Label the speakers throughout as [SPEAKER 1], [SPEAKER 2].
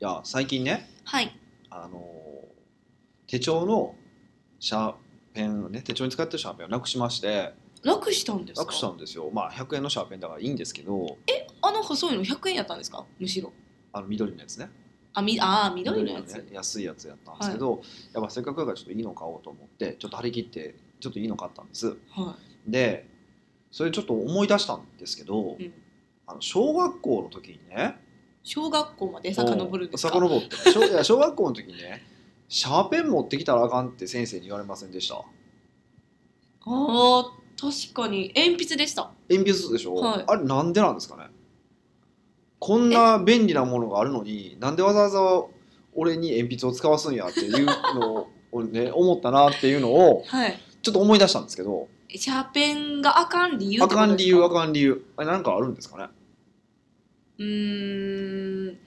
[SPEAKER 1] いや最近ね
[SPEAKER 2] はい
[SPEAKER 1] あのー手帳のシャーペンをね手帳に使ってるシャーペンをなくしまして
[SPEAKER 2] 楽したんですか
[SPEAKER 1] なくしたんですよまあ100円のシャーペンだからいいんですけど
[SPEAKER 2] あの細いの100円やったんですかむしろ
[SPEAKER 1] あの緑のやつね
[SPEAKER 2] あみあー緑のやつ、
[SPEAKER 1] ね安いやつやったんですけど、やっぱせっかくだからちょっといいの買おうと思ってちょっと張り切ってちょっといいの買ったんです
[SPEAKER 2] は
[SPEAKER 1] でそれちょっと思い出したんですけど、
[SPEAKER 2] い、うん、
[SPEAKER 1] あの小学校の時にね
[SPEAKER 2] 小学校まで遡るんですか
[SPEAKER 1] お遡って小いや小学校の時にねシャーペン持ってきたらあかんって先生に言われませんでした
[SPEAKER 2] あー確かに鉛筆でした
[SPEAKER 1] 鉛筆でしょ、
[SPEAKER 2] はい
[SPEAKER 1] あれなんでなんですかねこんな便利なものがあるのになんでわざわざ俺に鉛筆を使わすんやっていうのを、ね、 思ったなっていうのを
[SPEAKER 2] はい
[SPEAKER 1] ちょっと思い出したんですけど
[SPEAKER 2] シャーペンがあかん理由
[SPEAKER 1] あ
[SPEAKER 2] ってこ
[SPEAKER 1] か
[SPEAKER 2] と
[SPEAKER 1] ん
[SPEAKER 2] です
[SPEAKER 1] 理由あかん理由あれなんかあるんですかね
[SPEAKER 2] うーん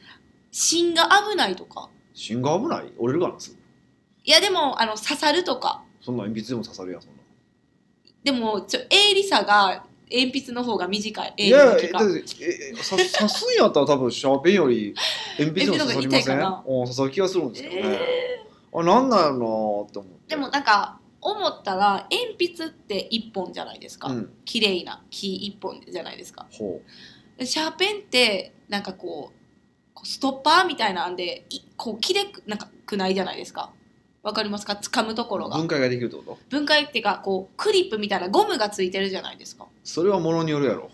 [SPEAKER 2] 芯が危ないとか
[SPEAKER 1] 芯が危ない折れるかなんす
[SPEAKER 2] いやでもあの刺さるとか
[SPEAKER 1] そんな鉛筆でも刺さるやんそんな
[SPEAKER 2] でもちょ鋭利さが鉛筆の方が短い
[SPEAKER 1] い
[SPEAKER 2] 鋭利
[SPEAKER 1] や
[SPEAKER 2] の
[SPEAKER 1] い
[SPEAKER 2] 期
[SPEAKER 1] やだっ
[SPEAKER 2] 間
[SPEAKER 1] てええ刺刺すんやったら多分シャーペンより鉛筆の方が刺さりませ
[SPEAKER 2] 鉛筆の方が痛いか
[SPEAKER 1] ん
[SPEAKER 2] な
[SPEAKER 1] うん刺さる気がするんですけどね、
[SPEAKER 2] え
[SPEAKER 1] あなんなんやろなって思っ
[SPEAKER 2] ー
[SPEAKER 1] て
[SPEAKER 2] でもなんか思ったら鉛筆って1本じゃないですか、
[SPEAKER 1] うん
[SPEAKER 2] 綺麗な木一本じゃないですか
[SPEAKER 1] ほ
[SPEAKER 2] シャーペンってなんかこうこうストッパーみたいなんでいこう切れくなんかくないじゃないですかわかりますか掴むとこ
[SPEAKER 1] う
[SPEAKER 2] ろが
[SPEAKER 1] 分解ができるってこと
[SPEAKER 2] 分解っていうかこうクリップみたいなゴムがついてるじゃないですか
[SPEAKER 1] それはものによるやろ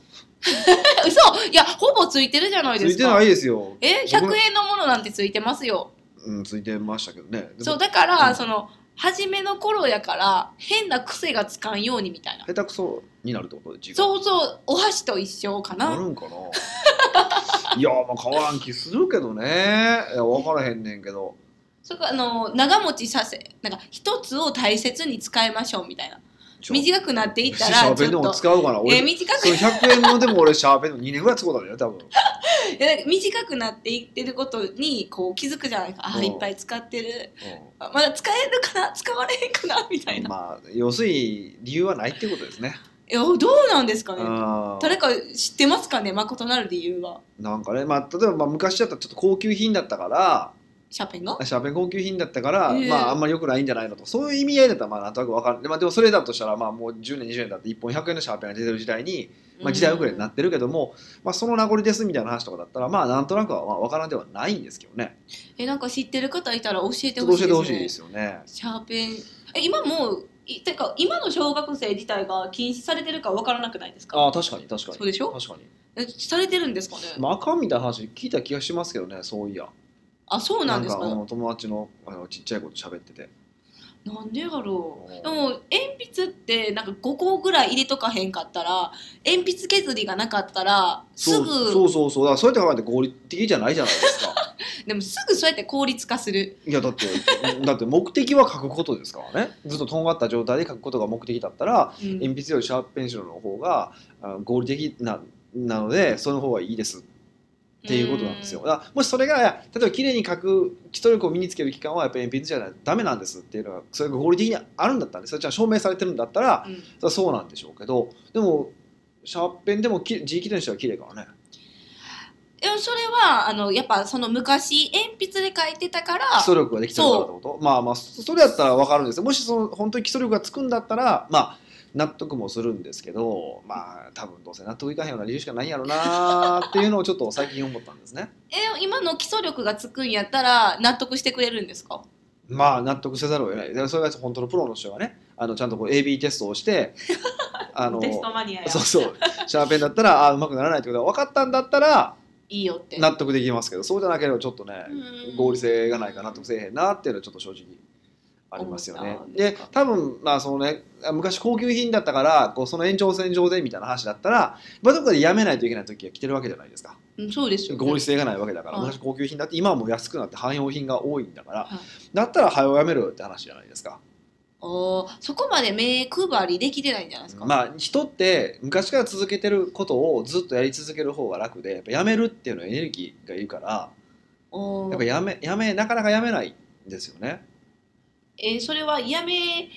[SPEAKER 2] え嘘いやほぼついてるじゃない
[SPEAKER 1] つ
[SPEAKER 2] で
[SPEAKER 1] い
[SPEAKER 2] す
[SPEAKER 1] てな
[SPEAKER 2] か
[SPEAKER 1] いですよ
[SPEAKER 2] え100円のものなんてついてますよ
[SPEAKER 1] うんついてましたけどねで
[SPEAKER 2] そう
[SPEAKER 1] も
[SPEAKER 2] だから、
[SPEAKER 1] うん
[SPEAKER 2] その初めの頃やから変な癖がつかんようにみたいな
[SPEAKER 1] 下手くそになるってことで自分
[SPEAKER 2] そうそうお箸と一緒か
[SPEAKER 1] な
[SPEAKER 2] な
[SPEAKER 1] るんかな いやまあ変わらん気するけどねいや分からへんねんけど
[SPEAKER 2] そこあの長持ちさせなんか一つを大切に使いましょうみたいな
[SPEAKER 1] ちょ
[SPEAKER 2] 短くなっていった
[SPEAKER 1] シャ
[SPEAKER 2] ら
[SPEAKER 1] ー
[SPEAKER 2] ち
[SPEAKER 1] ペンで
[SPEAKER 2] ょっ
[SPEAKER 1] も
[SPEAKER 2] と
[SPEAKER 1] 使うかな
[SPEAKER 2] え
[SPEAKER 1] 俺
[SPEAKER 2] 短
[SPEAKER 1] それ
[SPEAKER 2] く
[SPEAKER 1] 100円のでも俺シャーペンの2年ぐらい使うたんだよ多 分
[SPEAKER 2] え短くなっていってることにこう気づくじゃないかあ
[SPEAKER 1] う
[SPEAKER 2] あ
[SPEAKER 1] ん
[SPEAKER 2] いっぱい使ってるあまだ使えるかな 使われへんかなみた
[SPEAKER 1] う
[SPEAKER 2] い
[SPEAKER 1] ん
[SPEAKER 2] な、
[SPEAKER 1] まあ要するに理由はないってことですね
[SPEAKER 2] えどうなんですかね
[SPEAKER 1] あ
[SPEAKER 2] 誰か知ってますかね誠なる理由は
[SPEAKER 1] なんかねまあ例えばまあ昔だったらちょっと高級品だったから
[SPEAKER 2] シャーペンが
[SPEAKER 1] シャーペン高級品だったから、
[SPEAKER 2] ええ
[SPEAKER 1] まああんまり良くないんじゃないのとそういう意味合いだったらまあなんとなく分かるで,、まあ、でもそれだとしたらまあもう10年20年だって1本100円のシャーペンが出てる時代に、まあ、時代遅れにな
[SPEAKER 2] うん
[SPEAKER 1] ってるけども、まあ、その名残ですみたいな話とかだったらまあなんとなくはまあ分からんではないんですけどね
[SPEAKER 2] えなんか知ってる方いたら教え
[SPEAKER 1] ち
[SPEAKER 2] て
[SPEAKER 1] ょっと
[SPEAKER 2] ほ
[SPEAKER 1] 教えて
[SPEAKER 2] しいで
[SPEAKER 1] ほ
[SPEAKER 2] す
[SPEAKER 1] しいで
[SPEAKER 2] ね
[SPEAKER 1] すよね
[SPEAKER 2] シャーペンえ今もういてか今の小学生自体が禁止されてるかわからなくないですか
[SPEAKER 1] ああ確かに確かに
[SPEAKER 2] そうでしょ
[SPEAKER 1] 確かに
[SPEAKER 2] えされてるんですかね、
[SPEAKER 1] まああかんみたいな話聞いた気がしますけどねそういや
[SPEAKER 2] あそうなんですか
[SPEAKER 1] うん友達のあのちっちゃい子と喋ってて
[SPEAKER 2] なんでやろ
[SPEAKER 1] うん
[SPEAKER 2] うでも鉛筆ってなんか5個ぐらい入れとかへんかったら鉛筆削りがなかったらす
[SPEAKER 1] そう
[SPEAKER 2] ぐ
[SPEAKER 1] そうそうそうだからそうやって考えて合理的じゃないじゃないですか
[SPEAKER 2] でもすぐそうやって効率化する
[SPEAKER 1] いやだって だって目的は書くことですからねずっととんがった状態で書くことが目的だったら
[SPEAKER 2] うん
[SPEAKER 1] 鉛筆よりシャープペンシルの方があの合理的ななのでその方がいいですっていうことなんですよ。
[SPEAKER 2] う
[SPEAKER 1] だからもしそれが例えば綺麗に書く基礎力を身につける期間はやっぱり鉛筆じゃないダメなんですっていうのがそれが合理的にあるんだったんでそれじゃあ証明されてるんだったら
[SPEAKER 2] うんうん
[SPEAKER 1] それはそうなんでしょうけどでもシャーペンでもき字切れにしては綺麗からね
[SPEAKER 2] でもそれはあのやっぱその昔鉛筆で書いてたから
[SPEAKER 1] 基礎力ができてるからってことまあまあそそれやったら分かるんですよもしその本当に基礎力がつくんだったらまあ納得もするんですけどまあ多分どうせ納得いかへんような理由しかないんやろなーっていうのをちょっと最近思ったんです ね。
[SPEAKER 2] え今の基礎力がつくんやったら納得してくれるんですか
[SPEAKER 1] まあ納得せざるを得ないでそれが本当のプロの人がねあのちゃんとこう AB テストをして あの
[SPEAKER 2] テストマニアや
[SPEAKER 1] そうそうシャーペンだったらああうまくならないってことが分かったんだったら
[SPEAKER 2] いいよって
[SPEAKER 1] 納得できますけどそうじゃなければちょっとね
[SPEAKER 2] うん
[SPEAKER 1] 合理性がないかなとせえへんなっていうのはちょっと正直ありますよね
[SPEAKER 2] 思っ。た
[SPEAKER 1] で多分まあそのね昔高級品だったからこうその延長線上でみたいな話だったら、まあ、どこかでやめないといけない時が来てるわけじゃないですか
[SPEAKER 2] うんそうですよ、
[SPEAKER 1] 合理性がないわけだから
[SPEAKER 2] はい
[SPEAKER 1] 昔高級品だって今はもう安くなって汎用品が多いんだから、
[SPEAKER 2] はい
[SPEAKER 1] だったら早うやめろよって話じゃないですか。
[SPEAKER 2] おーそこまで目配りできてないんじゃないですか、
[SPEAKER 1] まあ人って昔から続けてることをずっとやり続ける方が楽でやっぱやめるっていうのはエネルギーがいるから
[SPEAKER 2] おー
[SPEAKER 1] やっぱやめやめなかなかやめないんですよね。
[SPEAKER 2] えーそれはやめる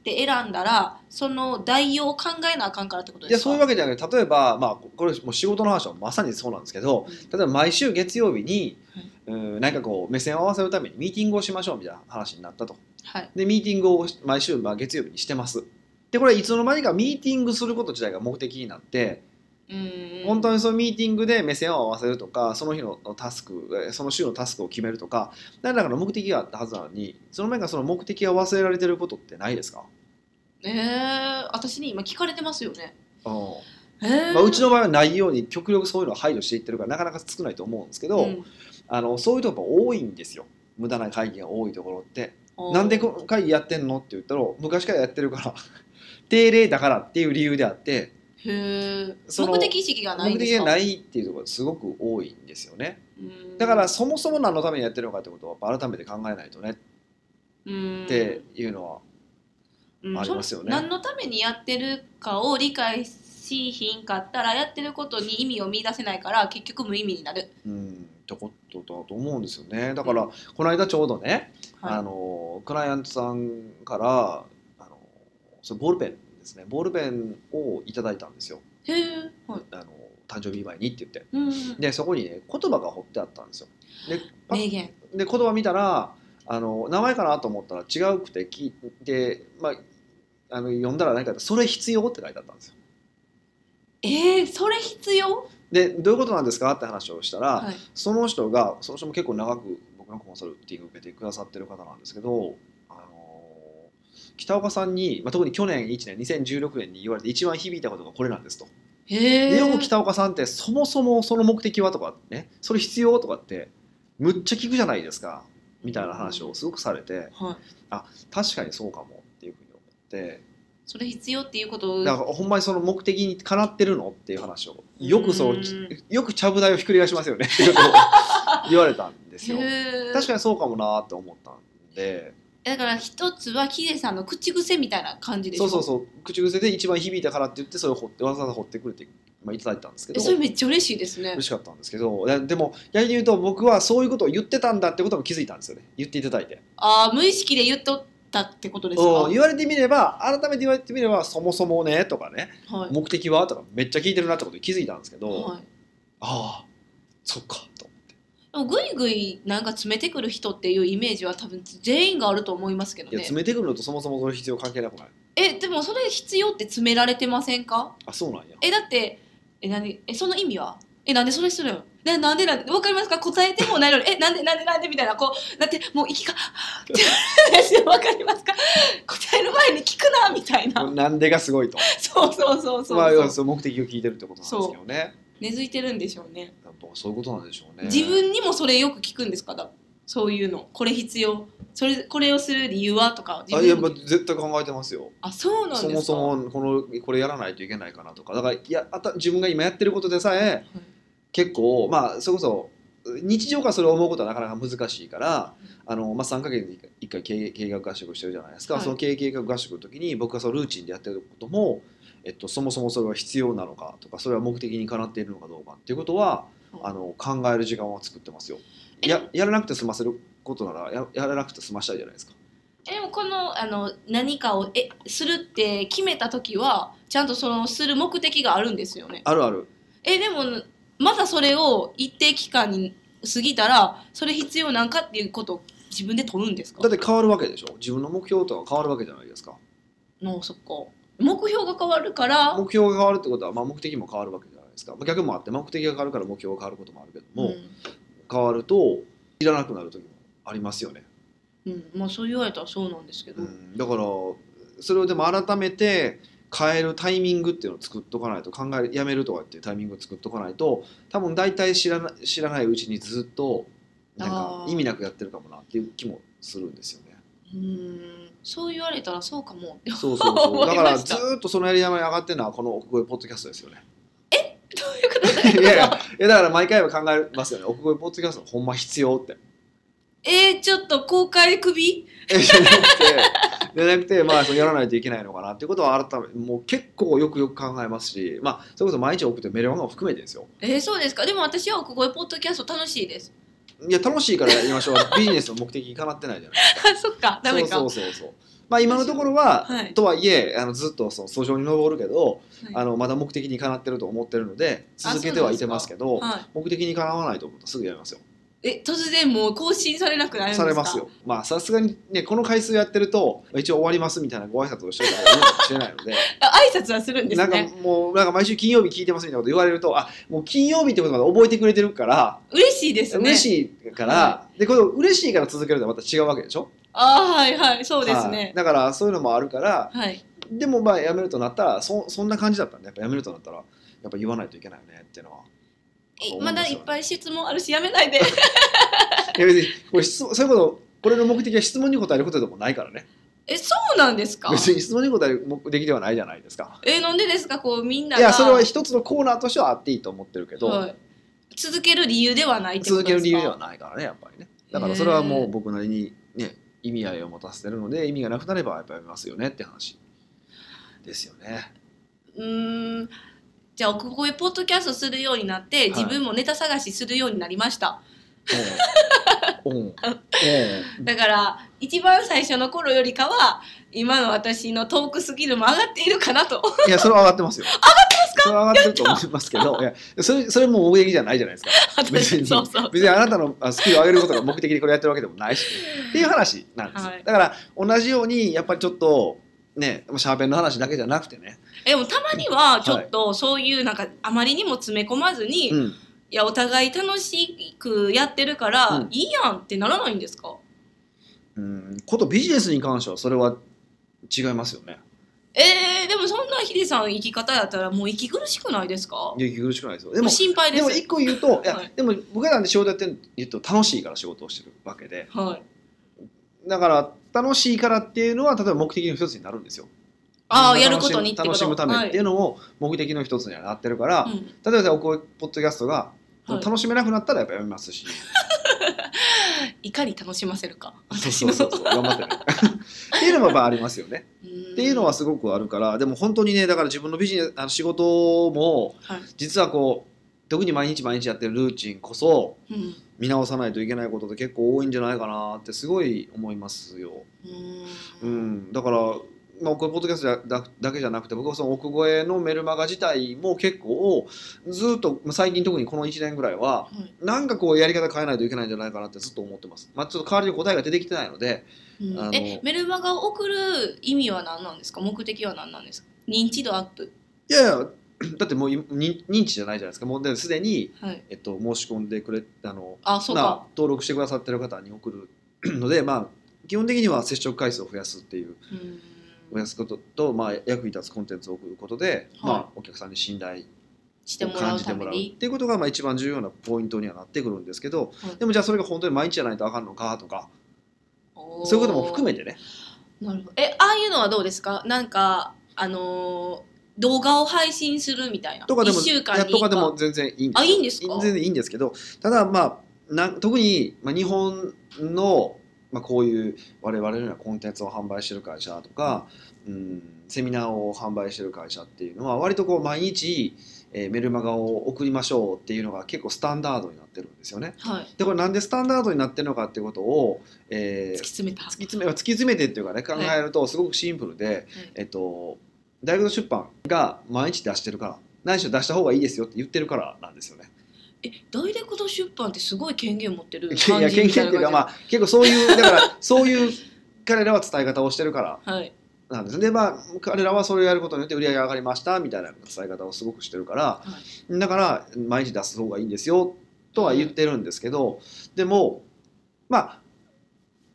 [SPEAKER 2] って選んだらその代用を考えなあかんからってこと
[SPEAKER 1] い
[SPEAKER 2] で
[SPEAKER 1] や
[SPEAKER 2] すか
[SPEAKER 1] そういうわけじゃなくて例えば、まあ、これもう仕事の話はませんまさにそうなんですけど
[SPEAKER 2] うん
[SPEAKER 1] 例えば毎週月曜日に、
[SPEAKER 2] はい
[SPEAKER 1] うんなんかこう目線を合わせるためにミーティングをしましょうみたいな話になったと
[SPEAKER 2] はい
[SPEAKER 1] でミーティングを毎週、まあ、月曜日にしてますでこれいつの間にかミーティングすること自体が目的になって、
[SPEAKER 2] うーん
[SPEAKER 1] 本当にそのミーティングで目線を合わせるとかその日のタスクえーその週のタスクを決めるとか何らかの目的があったはずなのにその前からその目的が忘れられてることってないですか
[SPEAKER 2] えー、私に今聞かれてますよね
[SPEAKER 1] うん
[SPEAKER 2] えー
[SPEAKER 1] まあ、うちの場合はないように極力そういうのを配慮していってるからなかなか少ないと思うんですけど、
[SPEAKER 2] うん
[SPEAKER 1] あのそういうとこ多いんですよ無駄な会議が多いところってなんでこの会議やってんのって言ったら昔からやってるから 定例だからっていう理由であって
[SPEAKER 2] へー
[SPEAKER 1] その
[SPEAKER 2] 目的意識がない
[SPEAKER 1] 目
[SPEAKER 2] んで
[SPEAKER 1] 的
[SPEAKER 2] すか
[SPEAKER 1] がないっていうところがすごく多いんですよね
[SPEAKER 2] うん
[SPEAKER 1] だからそもそも何のためにやってるのかってことを改めて考えないとね
[SPEAKER 2] うん
[SPEAKER 1] っていうのは
[SPEAKER 2] うん
[SPEAKER 1] ありますよね
[SPEAKER 2] その何のためにやってるかを理解しひんかったらやってることに意味を見出せないから結局無意味になる、
[SPEAKER 1] うんってことだと思うんですよねだからこの間ちょうどね、
[SPEAKER 2] はい
[SPEAKER 1] あのクライアントさんからあのそのボールペンですねボールペンをいただいたんですよ
[SPEAKER 2] へえ、はい
[SPEAKER 1] あの誕生日祝いにって言って
[SPEAKER 2] うん、
[SPEAKER 1] でそこにね言葉が彫ってあったんですよでパッ
[SPEAKER 2] 名言
[SPEAKER 1] で言葉見たらあの名前かなと思ったら違うくて聞いて、まあ、あの読んだら何かそれ必要って書いてあったんですよ
[SPEAKER 2] えー、それ必要、
[SPEAKER 1] でどういうことなんですかって話をしたら、
[SPEAKER 2] はい、
[SPEAKER 1] その人がその人も結構長く僕のコンサルティング受けてくださってる方なんですけど、あの北岡さんに、まあ、特に去年1年2016年に言われて一番響いたことがこれなんですと。
[SPEAKER 2] へ
[SPEAKER 1] で
[SPEAKER 2] え
[SPEAKER 1] よく北岡さんってそもそもその目的はとかねそれ必要とかってむっちゃ聞くじゃないですかみたいな話をすごくされて
[SPEAKER 2] はい、
[SPEAKER 1] 確かにそうかもっていうふうに思って
[SPEAKER 2] それ必要っていうことを
[SPEAKER 1] だからほんまにその目的にかなってるのっていう話をよくそうの
[SPEAKER 2] ん
[SPEAKER 1] よくちゃぶ台をひっくり返しますよね っていうことを言われたんですよ。
[SPEAKER 2] へー
[SPEAKER 1] 確かにそうかもなーって思ったんで
[SPEAKER 2] だから一つはヒデさんの口癖みたいな感じでし
[SPEAKER 1] そ
[SPEAKER 2] ょ
[SPEAKER 1] うそうそう口癖で一番響いたからって言ってそれを掘ってわざわざ掘ってくれて、まあ、いただいたんですけ
[SPEAKER 2] え
[SPEAKER 1] ど
[SPEAKER 2] それめっちゃ嬉しいですね
[SPEAKER 1] 嬉しかったんですけどででもやりに言うと僕はそういうことを言ってたんだってことも気づいたんですよね言っていただいて
[SPEAKER 2] ああ無意識で言っとったってことですか、
[SPEAKER 1] うん言われてみれば改めて言われてみればそもそもねとかね
[SPEAKER 2] はい
[SPEAKER 1] 目的はとかめっちゃ聞いてるなってことに気づいたんですけど、
[SPEAKER 2] はい、
[SPEAKER 1] ああそっかと思って
[SPEAKER 2] でもぐいぐいなんか詰めてくる人っていうイメージは多分全員があると思いますけど
[SPEAKER 1] いや
[SPEAKER 2] ね
[SPEAKER 1] 詰めてくるのとそもそもその必要関係なくない
[SPEAKER 2] えでもそれ必要って詰められてませんか
[SPEAKER 1] あそうなんや
[SPEAKER 2] えだってえ何えその意味はえなんでそれするのえなんでなんでわかりますか答えてもないのにえなんでなんでなんでみたいなこうだってもう息がって わかりますか答える前に聞くなみたいな
[SPEAKER 1] なんでがすごいと
[SPEAKER 2] そうそうそうそう、
[SPEAKER 1] まあ要はその目的を聞いてるってことなんですけどね
[SPEAKER 2] 根付いてるんでしょうね
[SPEAKER 1] やっぱそういうことなんでしょうね
[SPEAKER 2] 自分にもそれよく聞くんですかだそういうのこれ必要それこれをする理由はとか自
[SPEAKER 1] あいや
[SPEAKER 2] 分
[SPEAKER 1] まあ
[SPEAKER 2] に
[SPEAKER 1] 絶対考えてますよ
[SPEAKER 2] あそうなん
[SPEAKER 1] そ
[SPEAKER 2] ですか
[SPEAKER 1] もそもこのこれやらないといけないかなとかだからいやあた自分が今やってることでさえ結構まあそれこそ日常からそれを思うことはなかなか難しいからあの、まあ、3ヶ月に1回経営経営学合宿してるじゃないですか、
[SPEAKER 2] はい
[SPEAKER 1] その経営計画合宿の時に僕がそのルーチンでやってることも、えっと、そもそもそれは必要なのかとかそれは目的にかなっているのかどうかっていうことは
[SPEAKER 2] はい
[SPEAKER 1] あの考える時間は作ってますよ。
[SPEAKER 2] え
[SPEAKER 1] ややらなくて済ませることならややらなくて済ましたいじゃないですか。
[SPEAKER 2] えでもこのあの何かをえするって決めた時はちゃんとそのする目的があるんですよね
[SPEAKER 1] あるある
[SPEAKER 2] えでもまだそれを一定期間に過ぎたらそれ必要なんかっていうことを自分で問うんですか
[SPEAKER 1] だって変わるわけでしょ自分の目標とか変わるわけじゃないですか
[SPEAKER 2] もうそっか目標が変わるから
[SPEAKER 1] 目標が変わるってことは、まあ、目的も変わるわけじゃないですかまあ逆もあって目的が変わるから目標が変わることもあるけども、変わるといらなくなる時もありますよね、
[SPEAKER 2] うん、うん、まあそう言われたらそうなんですけど、
[SPEAKER 1] うん、だからそれをでも改めて変えるタイミングっていうのを作っとかないと考えやめるとかっていうタイミングを作っとかないと多分大体知らな知らないうちにずっとなんか
[SPEAKER 2] あー
[SPEAKER 1] 意味なくやってるかもなっていう気もするんですよね。
[SPEAKER 2] うーんそう言われたらそうかもど
[SPEAKER 1] そうそうそう
[SPEAKER 2] 思
[SPEAKER 1] だ
[SPEAKER 2] い
[SPEAKER 1] から
[SPEAKER 2] まし
[SPEAKER 1] ず
[SPEAKER 2] た
[SPEAKER 1] ーっとそのやり玉に上がってるのはこの奥越えポッドキャストですよね。
[SPEAKER 2] ういうことだ
[SPEAKER 1] いやいやいやだから毎回は考えますよね奥越えポッドキャストほんま必要って。
[SPEAKER 2] えー、ちょっと公開首
[SPEAKER 1] えじゃなくてじゃなくてまあそのやらないといけないのかなっていうことは改めもう結構よくよく考えますしまあそれこそ毎日送ってメルマガも含めてですよ。
[SPEAKER 2] えー、そうですかでも私はここでポッドキャスト楽しいです
[SPEAKER 1] いや楽しいからやり ましょうビジネスの目的にかなってないじゃないですか。
[SPEAKER 2] あそっかダメか
[SPEAKER 1] そうそうそうそう。まあ今のところは、
[SPEAKER 2] はい
[SPEAKER 1] とはいえあのずっとその訴状に上るけど、
[SPEAKER 2] はい
[SPEAKER 1] あのまだ目的にかなってると思ってるので
[SPEAKER 2] あ
[SPEAKER 1] 続けてはいてますけど
[SPEAKER 2] はい
[SPEAKER 1] 目的にかなわないと思うとすぐやめますよ。
[SPEAKER 2] え突然もう更新されなくなるんです
[SPEAKER 1] さ
[SPEAKER 2] か
[SPEAKER 1] れますよまあさすがにねこの回数やってると一応終わりますみたいなご挨拶をしておいた方がいいのかもしれないので
[SPEAKER 2] あ挨拶はするんです
[SPEAKER 1] なんか
[SPEAKER 2] ね
[SPEAKER 1] もうなんか毎週金曜日聞いてますみたいなこと言われるとあもう金曜日ってことまで覚えてくれてるから
[SPEAKER 2] 嬉しいですね
[SPEAKER 1] 嬉しいから、でこの嬉しいから続けるのはまた違うわけでしょ
[SPEAKER 2] ああはいはいそうです
[SPEAKER 1] はい
[SPEAKER 2] ね
[SPEAKER 1] だからそういうのもあるから
[SPEAKER 2] はい、
[SPEAKER 1] でもまあやめるとなったらそそんな感じだったんでやっぱやめるとなったらやっぱ言わないといけないよねっていうのは。
[SPEAKER 2] え
[SPEAKER 1] 思い
[SPEAKER 2] ま
[SPEAKER 1] ま
[SPEAKER 2] だ
[SPEAKER 1] す
[SPEAKER 2] い
[SPEAKER 1] よ
[SPEAKER 2] っぱい質問あるしやめな いで
[SPEAKER 1] いや別にこれ質問そういうことこれの目的は質問に答えることでもないからね
[SPEAKER 2] えそうなんですか
[SPEAKER 1] 別に質問に答える目的ではないじゃないですか
[SPEAKER 2] えなんでですかこうみんなが
[SPEAKER 1] いやそれは一つのコーナーとしてはあっていいと思ってるけど、
[SPEAKER 2] はい続ける理由ではないってこ
[SPEAKER 1] 続
[SPEAKER 2] と
[SPEAKER 1] け
[SPEAKER 2] ですか
[SPEAKER 1] る理由ではないからねやっぱりねだからそれはもう僕なりにね意味合いを持たせてるので意味がなくなればやっぱやめますよねって話ですよね
[SPEAKER 2] うーんじゃあここへポッドキャストするようになって、
[SPEAKER 1] い
[SPEAKER 2] 自分もネタ探しするようになりました
[SPEAKER 1] うんうんうん
[SPEAKER 2] だから一番最初の頃よりかは今の私のトークスキルも上がっているかなと
[SPEAKER 1] いやそれは上がってますよ上がってますかそれは上がってると思いますけどいやそれそれもう目的じゃないじゃないですか 別に
[SPEAKER 2] そうそう
[SPEAKER 1] 別にあなたのあスキルを上げることが目的でこれやってるわけでもない しっていう話なんですよ、
[SPEAKER 2] はい
[SPEAKER 1] だから同じようにやっぱりちょっとねシャーペンの話だけじゃなくてね、
[SPEAKER 2] えでもたまにはちょっとそういうなんかあまりにも詰め込まずに、
[SPEAKER 1] う
[SPEAKER 2] い
[SPEAKER 1] ん、
[SPEAKER 2] やお互い楽しくやってるから、
[SPEAKER 1] うん
[SPEAKER 2] いいやんってならないんですか
[SPEAKER 1] うんことビジネスに関してはそれは違いますよね
[SPEAKER 2] えー、でもそんなヒデさん生き方やったらもう息苦しくないですか
[SPEAKER 1] いや苦しくないですよで
[SPEAKER 2] で
[SPEAKER 1] も
[SPEAKER 2] も心配で
[SPEAKER 1] ですも一個言うといや、
[SPEAKER 2] はい
[SPEAKER 1] でも僕らなんで仕事やってる言うと楽しいから仕事をしてるわけで
[SPEAKER 2] はい、
[SPEAKER 1] だから楽しいからっていうのは例えば目的の一つになるんですよ
[SPEAKER 2] ああ
[SPEAKER 1] 自
[SPEAKER 2] や
[SPEAKER 1] 分が楽し
[SPEAKER 2] ることにってこと
[SPEAKER 1] 楽しむためっていうのも目的の一つにはなってるから、
[SPEAKER 2] はいうん
[SPEAKER 1] 例えばこういうポッドキャストが
[SPEAKER 2] はい
[SPEAKER 1] 楽しめなくなったらやっぱやめますし、
[SPEAKER 2] いかに楽しませるか
[SPEAKER 1] そう
[SPEAKER 2] 私
[SPEAKER 1] そう
[SPEAKER 2] の
[SPEAKER 1] そうそう頑張ってねっていうのもやっぱありますよね。 っていうのはすごくあるからでも本当にねだから自分のビジネスあの仕事も
[SPEAKER 2] はい
[SPEAKER 1] 実はこう特に毎日毎日やってるルーチンこそ
[SPEAKER 2] うんうん
[SPEAKER 1] 見直さないといけないことって結構多いんじゃないかなってすごい思いますよ。う
[SPEAKER 2] うん
[SPEAKER 1] ん、だからまあ、これポッドキャストだだけじゃなくて僕はその奥越えのメルマガ自体も結構ずっとまあ最近特にこの1年ぐらいは
[SPEAKER 2] はい
[SPEAKER 1] なんかこうやり方変えないといけないんじゃないかなってずっと思ってます。まあ、ちょっと代わりに答えが出てきてないので、
[SPEAKER 2] うん
[SPEAKER 1] あの
[SPEAKER 2] えメルマガを送る意味は何なんですか目的は何なんですか認知度アップ
[SPEAKER 1] いやい や、だってもうい認認知じゃないじゃないですか、もうですでに、
[SPEAKER 2] はい
[SPEAKER 1] えっと、申し込んでくれ、あの
[SPEAKER 2] あそう
[SPEAKER 1] まあ
[SPEAKER 2] か、
[SPEAKER 1] 登録してくださってる方に送る ので、まあ、基本的には接触回数を増やすっていう、
[SPEAKER 2] うん
[SPEAKER 1] 増やすことと、まあ、役に立つコンテンツを送ることで、
[SPEAKER 2] はい
[SPEAKER 1] まあ、お客さんに信頼
[SPEAKER 2] して
[SPEAKER 1] を
[SPEAKER 2] もら
[SPEAKER 1] 感
[SPEAKER 2] う
[SPEAKER 1] じて
[SPEAKER 2] た
[SPEAKER 1] も
[SPEAKER 2] め
[SPEAKER 1] らうっ
[SPEAKER 2] に
[SPEAKER 1] ていうことが、まあ、一番重要なポイントにはなってくるんですけど、
[SPEAKER 2] はい
[SPEAKER 1] でもじゃあそれが本当に毎日じゃないとあかんのかとか、
[SPEAKER 2] おー
[SPEAKER 1] そういうことも含めてね。
[SPEAKER 2] なるほどえああいうのはどうですかなんかあのー動画を配信するみたいな
[SPEAKER 1] とかでも
[SPEAKER 2] 一週間
[SPEAKER 1] いや
[SPEAKER 2] に一
[SPEAKER 1] とか
[SPEAKER 2] 回
[SPEAKER 1] でも全然いいんですよ
[SPEAKER 2] あいいんですか
[SPEAKER 1] 全然いいんですけどただまあなん特に、まあ、日本の、まあ、こういう我々のようなコンテンツを販売してる会社とか、うん、セミナーを販売してる会社っていうのは割とこう毎日、えーメルマガを送りましょうっていうのが結構スタンダードになってるんですよね。
[SPEAKER 2] はい
[SPEAKER 1] でこれなんでスタンダードになってるのかっていうことを、えー
[SPEAKER 2] 突き詰めた
[SPEAKER 1] 突き詰め突き詰めてっていうかね考えるとすごくシンプルで、えっと、大学の出版が毎日出してるから何しろ出した方がいいですよって言ってるからなんですよね。
[SPEAKER 2] え大学の出版ってすごい権限持ってる
[SPEAKER 1] いや
[SPEAKER 2] 感じ
[SPEAKER 1] 権限
[SPEAKER 2] み
[SPEAKER 1] って
[SPEAKER 2] たい
[SPEAKER 1] い
[SPEAKER 2] な
[SPEAKER 1] うかま
[SPEAKER 2] 感
[SPEAKER 1] あ結構そういうだからそういう彼らは伝え方をしてるから
[SPEAKER 2] じはい
[SPEAKER 1] なんですでまあ彼らはそれをやることによって売り上げが上がりましたみたいな伝え方をすごくしてるから、
[SPEAKER 2] は
[SPEAKER 1] だから毎日出す方がいいんですよとは言ってるんですけど、でもまあ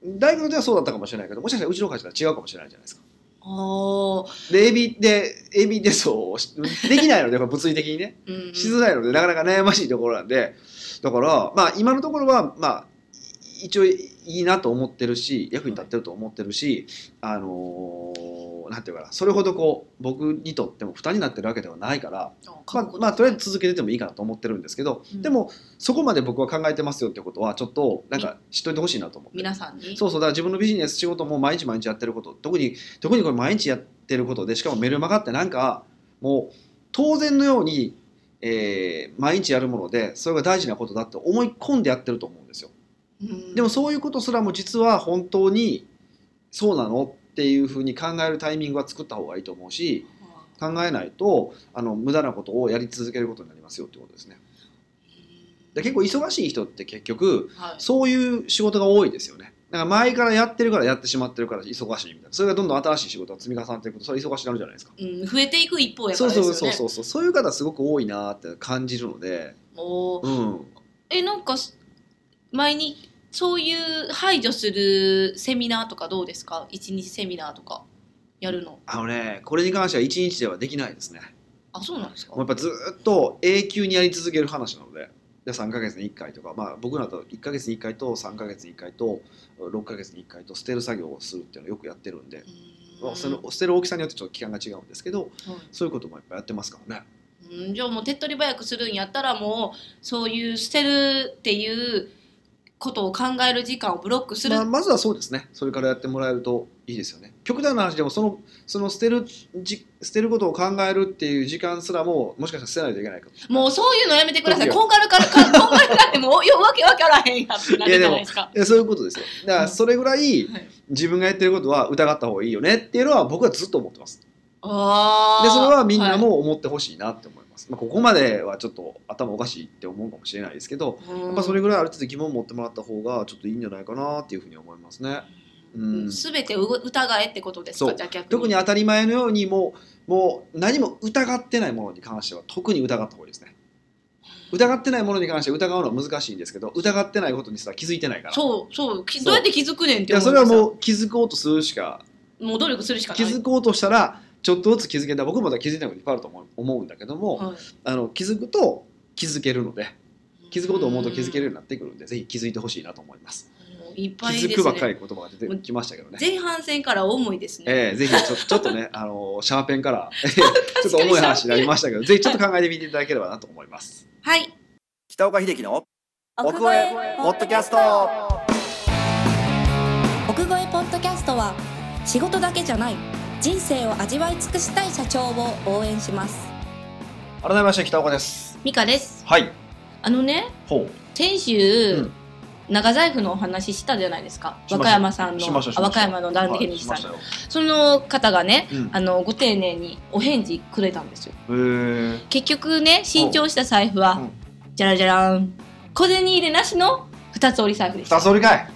[SPEAKER 1] 大学ではそうだったかもしれないけどもしかしたらうちの会社では違うかもしれないじゃないですか。
[SPEAKER 2] あー
[SPEAKER 1] で AB で AB でそうしできないのでやっぱ物理的にね。
[SPEAKER 2] うんうん
[SPEAKER 1] しづらいのでなかなか悩ましいところなんでだからまあ今のところはまあい一応いいなと思ってるし役に立ってると思ってるしあのーなんていうかなそれほどこう僕にとっても負担になってるわけではないから、まあ、まあとりあえず続けててもいいかなと思ってるんですけど、
[SPEAKER 2] うん
[SPEAKER 1] でもそこまで僕は考えてますよってことはちょっとなんか知っといてほしいなと思って。
[SPEAKER 2] 皆さんに
[SPEAKER 1] そうそうだから自分のビジネス仕事も毎日毎日やってること特に特にこれ毎日やってることでしかもメルマガってなんかもう当然のように、えー毎日やるものでそれが大事なことだって思い込んでやってると思うんですよ
[SPEAKER 2] うん
[SPEAKER 1] でもそういうことすらも実は本当にそうなのっていうふうに考えるタイミングは作った方がいいと思うし考えないとあの無駄なことをやり続けることになりますよってことですね。
[SPEAKER 2] うん
[SPEAKER 1] で結構忙しい人って結局
[SPEAKER 2] はい
[SPEAKER 1] そういう仕事が多いですよねだから前からやってるからやってしまってるから忙しいみたいなそれがどんどん新しい仕事が積み重なっていくとそれ忙しくなるじゃないですか
[SPEAKER 2] うん、増えていく一方やか
[SPEAKER 1] そう
[SPEAKER 2] らですよ
[SPEAKER 1] そ
[SPEAKER 2] ね
[SPEAKER 1] うそうそうそうそういう方すごく多いなーって感じるので
[SPEAKER 2] おー
[SPEAKER 1] うん
[SPEAKER 2] えなんかす前にそういう排除するセミナーとかどうですか一日セミナーとかやるの
[SPEAKER 1] あのねこれに関しては1日ではできないですね
[SPEAKER 2] あそうなんですか
[SPEAKER 1] もうやっぱずーっと永久にやり続ける話なのでで3ヶ月に1回とか、まあ、僕らだと1ヶ月に1回と3ヶ月に1回と6ヶ月に1回と捨てる作業をするっていうのをよくやってるんで
[SPEAKER 2] う、ーん
[SPEAKER 1] まあその捨てる大きさによってちょっと期間が違うんですけど
[SPEAKER 2] はい
[SPEAKER 1] そういうこともいっぱいやってますからね
[SPEAKER 2] うんじゃあもう手っ取り早くするんやったらもうそういう捨てるっていうことを考える時間をブロックする、
[SPEAKER 1] まあ、まずはそうですねそれからやってもらえるといいですよね極端な話でもそのその捨てるじ捨てることを考えるっていう時間すらももしかしたら捨てないといけないかも
[SPEAKER 2] もうそういうのやめてください
[SPEAKER 1] 時
[SPEAKER 2] こんがらからかこんがらかってもうよわけわからへんやんってなるじゃないです か。
[SPEAKER 1] いやそういうことですよだからそれぐらい
[SPEAKER 2] はい
[SPEAKER 1] 自分がやってることは疑った方がいいよねっていうのは僕はずっと思ってます
[SPEAKER 2] あー
[SPEAKER 1] でそれはみんな
[SPEAKER 2] は
[SPEAKER 1] も思ってほしいなって思います、まあ、ここまではちょっと頭おかしいって思うかもしれないですけど
[SPEAKER 2] いうん
[SPEAKER 1] やっぱそれぐらいある程度疑問を持ってもらった方がちょっといいんじゃないかなっていうふうに思いますねうん
[SPEAKER 2] 全てう疑えってことです
[SPEAKER 1] そ
[SPEAKER 2] か
[SPEAKER 1] う
[SPEAKER 2] じゃあ逆に
[SPEAKER 1] 特に当たり前のようにもうもう何も疑ってないものに関しては特に疑った方がいいですね疑ってないものに関して疑うのは難しいんですけど疑ってないことにすら気づいてないから
[SPEAKER 2] そうそうき
[SPEAKER 1] そう
[SPEAKER 2] どうやって気づくねんっ
[SPEAKER 1] い
[SPEAKER 2] て
[SPEAKER 1] や
[SPEAKER 2] 思
[SPEAKER 1] それは
[SPEAKER 2] う
[SPEAKER 1] もう気づこうとするしか
[SPEAKER 2] もう努力するしかない
[SPEAKER 1] 気づこうとしたらちょっとずつ気づけた僕もまだ気づいてないこといっぱいあると思う思うんだけども、
[SPEAKER 2] はい
[SPEAKER 1] あの気づくと気づけるので気づくことを思うと気づけるようになってくるんで、ぜひ気づいてほしいなと思います。
[SPEAKER 2] うんもうい
[SPEAKER 1] 気
[SPEAKER 2] っぱいですね
[SPEAKER 1] づくばっかり言葉が出てきましたけどね。
[SPEAKER 2] 前半戦から重いですね、
[SPEAKER 1] ええぜひ ちょちょっとね、あのシャーペン から、ええちょっと重い話になりましたけど、ぜひちょっと考えてみていただければなと思います。
[SPEAKER 2] はい
[SPEAKER 3] 北岡秀樹の奥越えポッドキャスト
[SPEAKER 4] 奥越えポッドキャストは仕事だけじゃない人生を味わい尽くしたい社長を応援します
[SPEAKER 1] 改めまして北岡です。
[SPEAKER 2] ミカです
[SPEAKER 1] はい。
[SPEAKER 2] あのね
[SPEAKER 1] ほ
[SPEAKER 2] 先週、
[SPEAKER 1] うん
[SPEAKER 2] 長財布のお話したじゃないですか
[SPEAKER 1] し
[SPEAKER 2] 和
[SPEAKER 1] ました
[SPEAKER 2] 歌山さ
[SPEAKER 1] う。
[SPEAKER 2] んの
[SPEAKER 1] しましたし
[SPEAKER 2] あ
[SPEAKER 1] ま
[SPEAKER 2] 和
[SPEAKER 1] した。
[SPEAKER 2] 歌山のダンディ
[SPEAKER 1] は
[SPEAKER 2] ミ
[SPEAKER 1] い
[SPEAKER 2] キ
[SPEAKER 1] し
[SPEAKER 2] さ
[SPEAKER 1] ま
[SPEAKER 2] ん、
[SPEAKER 1] したよ。
[SPEAKER 2] その方がね
[SPEAKER 1] うん。
[SPEAKER 2] あのご丁寧にお返事くれたんですよ
[SPEAKER 1] へえ
[SPEAKER 2] 結局ね新調した財布は、
[SPEAKER 1] うん
[SPEAKER 2] じゃらじゃらん小銭入れなしの二つ折り財布でした
[SPEAKER 1] 二つ折りかい。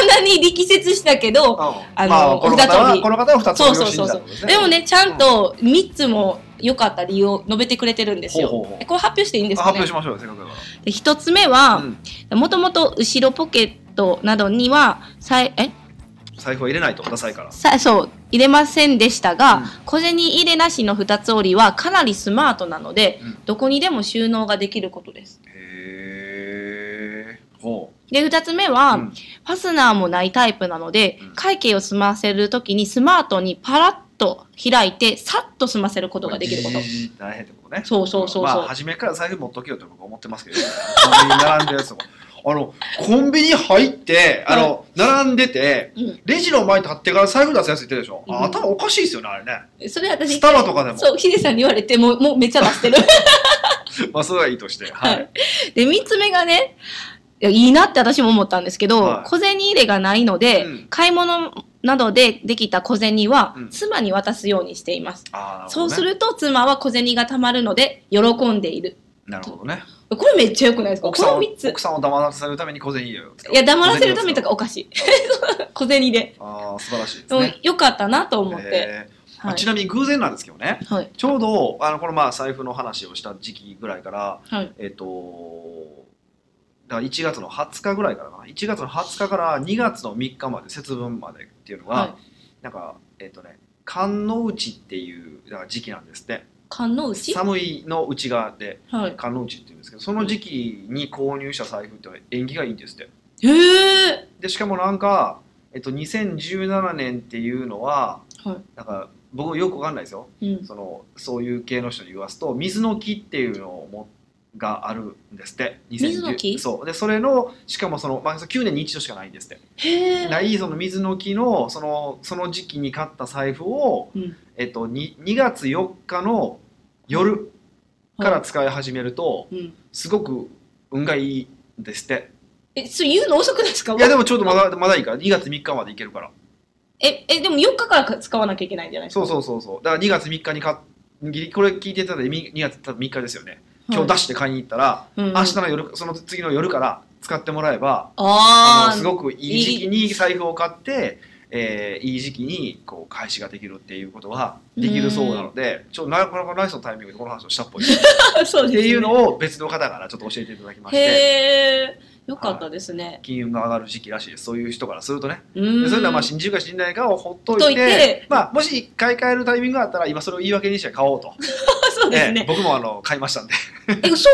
[SPEAKER 2] あんなに力説したけど
[SPEAKER 1] あまあこの方
[SPEAKER 2] 二つ折
[SPEAKER 1] は
[SPEAKER 2] り
[SPEAKER 1] この方は二つ折りを
[SPEAKER 2] そう
[SPEAKER 1] 信
[SPEAKER 2] そう
[SPEAKER 1] じた
[SPEAKER 2] そう
[SPEAKER 1] ってこと
[SPEAKER 2] でも。ねちゃんと3つも良かった理由を述べてくれてるんですよ。
[SPEAKER 1] ほうほうほう
[SPEAKER 2] えこれ発表していいんです
[SPEAKER 1] あ
[SPEAKER 2] か
[SPEAKER 1] 発
[SPEAKER 2] ね
[SPEAKER 1] 表しましょうよせっかくだか
[SPEAKER 2] で1つ目
[SPEAKER 1] ら。
[SPEAKER 2] は
[SPEAKER 1] うん
[SPEAKER 2] もともと後ろポケットなどにはさいえ
[SPEAKER 1] 財布は入れないとダサいから。
[SPEAKER 2] さそう入れませんでしたが、
[SPEAKER 1] うん
[SPEAKER 2] 小銭入れなしの2つ折りはかなりスマートなので、
[SPEAKER 1] うん
[SPEAKER 2] どこにでも収納ができることです。
[SPEAKER 1] へえ。ほ
[SPEAKER 2] で2つ目は、
[SPEAKER 1] うん
[SPEAKER 2] ファスナーもないタイプなので、
[SPEAKER 1] うん
[SPEAKER 2] 会計を済ませるときにスマートにパラッと開いてさっと済ませるこ
[SPEAKER 1] う。
[SPEAKER 2] とができること。
[SPEAKER 1] 大変ってことね。
[SPEAKER 2] そうそうそうそう。
[SPEAKER 1] まあ、初めから財布持っとけよって僕は思ってますけど、コンビニ並んでるやつとか。あの、コンビニ入って、あの、並んでて、
[SPEAKER 2] うん
[SPEAKER 1] レジの前に立ってから財布出すやつ言ってるでしょ。あ
[SPEAKER 2] うん
[SPEAKER 1] 頭おかしいですよね、あれね。
[SPEAKER 2] それ私
[SPEAKER 1] スタバとかでも
[SPEAKER 2] そうヒデさんに言われてもうもうめっちゃ出 してる
[SPEAKER 1] まあ、それはいいとして。は
[SPEAKER 2] はい
[SPEAKER 1] い。
[SPEAKER 2] で3つ目がねいやいいなって私も思ったんですけど、
[SPEAKER 1] はい
[SPEAKER 2] 小銭入れがないので、
[SPEAKER 1] うん
[SPEAKER 2] 買い物などでできた小銭は
[SPEAKER 1] うん
[SPEAKER 2] 妻に渡すようにしています、
[SPEAKER 1] ああ、なるほ
[SPEAKER 2] そ
[SPEAKER 1] ど、
[SPEAKER 2] う
[SPEAKER 1] ね。
[SPEAKER 2] すると妻は小銭が貯まるので喜んでいる
[SPEAKER 1] なるほどね。
[SPEAKER 2] これめっちゃ良くないですか
[SPEAKER 1] 奥さん
[SPEAKER 2] こ
[SPEAKER 1] を
[SPEAKER 2] の3つ
[SPEAKER 1] 奥さんを黙らせるために小銭入れを使う
[SPEAKER 2] いや黙らせるためと
[SPEAKER 1] 小銭
[SPEAKER 2] か。
[SPEAKER 1] を
[SPEAKER 2] おかしい小銭で、
[SPEAKER 1] 使うああ、素晴らしいで
[SPEAKER 2] ですも
[SPEAKER 1] ね。
[SPEAKER 2] 良かったなと思って、
[SPEAKER 1] えーま
[SPEAKER 2] は
[SPEAKER 1] あ
[SPEAKER 2] い
[SPEAKER 1] ちなみに偶然なんですけどね、
[SPEAKER 2] はい
[SPEAKER 1] ちょうどあのこのまあ財布の話をした時期ぐらいから、
[SPEAKER 2] はい
[SPEAKER 1] えっとだから1月の20日ぐらいからかな1月の20日から2月の3日まで節分までっていうのは、
[SPEAKER 2] はい
[SPEAKER 1] なんかえっとね寒の内っていうだから時期なんですって
[SPEAKER 2] 勘の内
[SPEAKER 1] 寒いの内側で
[SPEAKER 2] はい
[SPEAKER 1] 寒の内っていうんですけどその時期に購入した財布って縁起がいいんですって
[SPEAKER 2] へえ
[SPEAKER 1] でしかもなんか、えっと、2017年っていうのは、
[SPEAKER 2] はい
[SPEAKER 1] なんか僕よくわかんないですよ
[SPEAKER 2] うん
[SPEAKER 1] そのそういう系の人に言わすと水の木っていうのをもがあるんですって2010
[SPEAKER 2] 水の木
[SPEAKER 1] そうでそれのしかもその、まあ、9年に一度しかないんですって、
[SPEAKER 2] へえ
[SPEAKER 1] ないその水の木のそのその時期に買った財布を、
[SPEAKER 2] うん
[SPEAKER 1] えっと、に 2, 月4日の夜から使い始めると、
[SPEAKER 2] うん
[SPEAKER 1] すごく運がいいんですって
[SPEAKER 2] え、それ言うの遅くないですか
[SPEAKER 1] いやでもちょっとまだまだいいから2月3日までいけるから
[SPEAKER 2] え、え、でも4日から使わなきゃいけないんじゃないです
[SPEAKER 1] そ
[SPEAKER 2] か
[SPEAKER 1] うそうそうそうだから2月3日に買っこれ聞いていただいてみ2月3日ですよね今日出して買いに行ったら、
[SPEAKER 2] うんうん
[SPEAKER 1] 明日の夜その次の夜から使ってもらえばあの
[SPEAKER 2] あ
[SPEAKER 1] す
[SPEAKER 2] ー
[SPEAKER 1] ごくいい時期に財布を買って、えーいい時期にこう開始ができるっていうことはできるそうなのでちょっとなかなかナイスのタイミングでこの話をしたっぽいですっ
[SPEAKER 2] そう
[SPEAKER 1] て
[SPEAKER 2] ですね
[SPEAKER 1] いうのを別の方からちょっと教えていただきまして
[SPEAKER 2] へえよかったですね、
[SPEAKER 1] 金運が上がる時期らしいですそういう人からするとね
[SPEAKER 2] うー
[SPEAKER 1] で
[SPEAKER 2] ん
[SPEAKER 1] それではまあ信じるか信じないかをほっといて
[SPEAKER 2] ほっといて
[SPEAKER 1] まあ、もし1回買えるタイミングがあったら今それを言い訳にして買おうと、
[SPEAKER 2] そうです
[SPEAKER 1] ええ
[SPEAKER 2] ね
[SPEAKER 1] 僕もあの買いましたんで
[SPEAKER 2] え嘘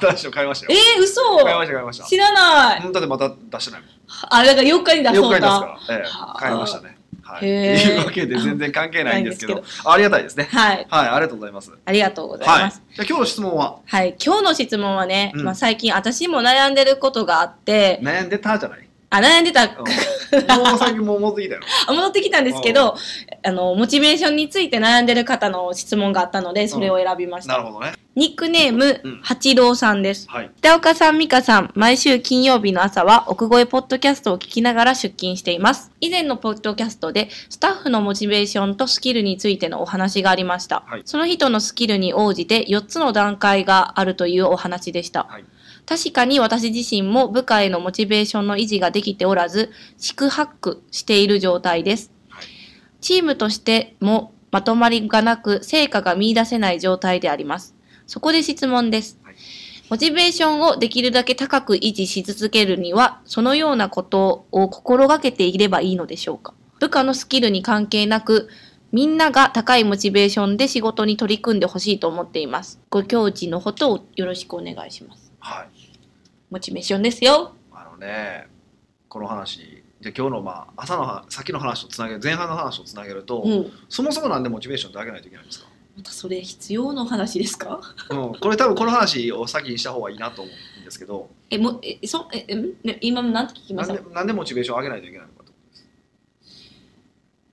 [SPEAKER 1] 新しいの買いました
[SPEAKER 2] え
[SPEAKER 1] よ
[SPEAKER 2] ー、嘘
[SPEAKER 1] 買いました買いました
[SPEAKER 2] 知らない
[SPEAKER 1] うんだってまた出してないもん
[SPEAKER 2] あだから4日に出
[SPEAKER 1] 了
[SPEAKER 2] そ
[SPEAKER 1] 解
[SPEAKER 2] う
[SPEAKER 1] です
[SPEAKER 2] だ
[SPEAKER 1] から、ええ
[SPEAKER 2] はあ
[SPEAKER 1] 買いましたね。はい、と
[SPEAKER 2] へえ
[SPEAKER 1] いうわけで全然関係ないんですけ
[SPEAKER 2] な
[SPEAKER 1] ど
[SPEAKER 2] いんで
[SPEAKER 1] ありがたいですね。
[SPEAKER 2] はい
[SPEAKER 1] はい、ありがとうございます。
[SPEAKER 2] ありがとうござい
[SPEAKER 1] は
[SPEAKER 2] ま
[SPEAKER 1] い
[SPEAKER 2] す、。
[SPEAKER 1] じゃあ今日の質問は
[SPEAKER 2] はい、今日の質問はね、
[SPEAKER 1] うん
[SPEAKER 2] まあ、最近私も悩んでることがあって、
[SPEAKER 1] 悩んでたじゃない。
[SPEAKER 2] あ悩んでた
[SPEAKER 1] うん もう最近もう思ってきたよ。
[SPEAKER 2] 戻ってきたんですけどあのモチベーションについて悩んでる方の質問があったのでそれを選びまし
[SPEAKER 1] な
[SPEAKER 2] た、
[SPEAKER 1] るほどね。
[SPEAKER 2] ニックネーム、
[SPEAKER 1] うん
[SPEAKER 2] 八郎さんです
[SPEAKER 1] はい。
[SPEAKER 2] 北岡さん、美香さん、毎週金曜日の朝は奥越えポッドキャストを聞きながら出勤しています。以前のポッドキャストでスタッフのモチベーションとスキルについてのお話がありました。
[SPEAKER 1] はい
[SPEAKER 2] その人のスキルに応じて4つの段階があるというお話でした。
[SPEAKER 1] はい
[SPEAKER 2] 確かに私自身も部下へのモチベーションの維持ができておらず、四苦八苦している状態です。
[SPEAKER 1] はい
[SPEAKER 2] チームとしてもまとまりがなく成果が見出せない状態であります。そこで質問です。
[SPEAKER 1] はい
[SPEAKER 2] モチベーションをできるだけ高く維持し続けるには、そのようなことを心がけていればいいのでしょうか部下のスキルに関係なく、みんなが高いモチベーションで仕事に取り組んでほしいと思っています。ご教示のことをよろしくお願いします。
[SPEAKER 1] はい。
[SPEAKER 2] モチベーションですよ。
[SPEAKER 1] あのね、この話。じゃあ今日のまあ朝のは先の話とつなげる前半の話をつなげると、
[SPEAKER 2] うん。
[SPEAKER 1] そもそもなんでモチベーションって上げないといけないんですか。
[SPEAKER 2] またそれ必要の話ですか
[SPEAKER 1] うん、これ多分この話を先にした方がいいなと思うんですけど、
[SPEAKER 2] え、も、え、そ、え、えんね今なんて聞きま
[SPEAKER 1] な
[SPEAKER 2] し
[SPEAKER 1] んで
[SPEAKER 2] た
[SPEAKER 1] なんでモチベーション上げないといけないのかと。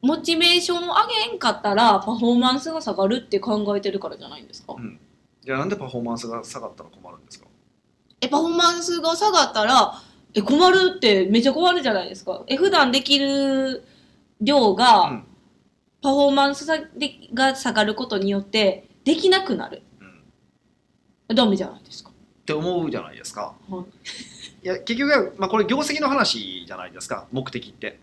[SPEAKER 2] モチベーションを上げへんかったら、パフォーマンスが下がるって考えてるからじゃないんですか
[SPEAKER 1] うん、じゃあなんでパフォーマンスが下がったら困るんですか
[SPEAKER 2] えパフォーマンスが下がったらえ困るってめっちゃ困るじゃないですかえ普段できる量が、
[SPEAKER 1] うん
[SPEAKER 2] パフォーマンスさでが下がることによってできなくなる
[SPEAKER 1] うん、っ
[SPEAKER 2] ダメじゃないですか
[SPEAKER 1] て思うじゃないですか。
[SPEAKER 2] はい
[SPEAKER 1] や結局は、まあ、これ業績の話じゃないですか目的って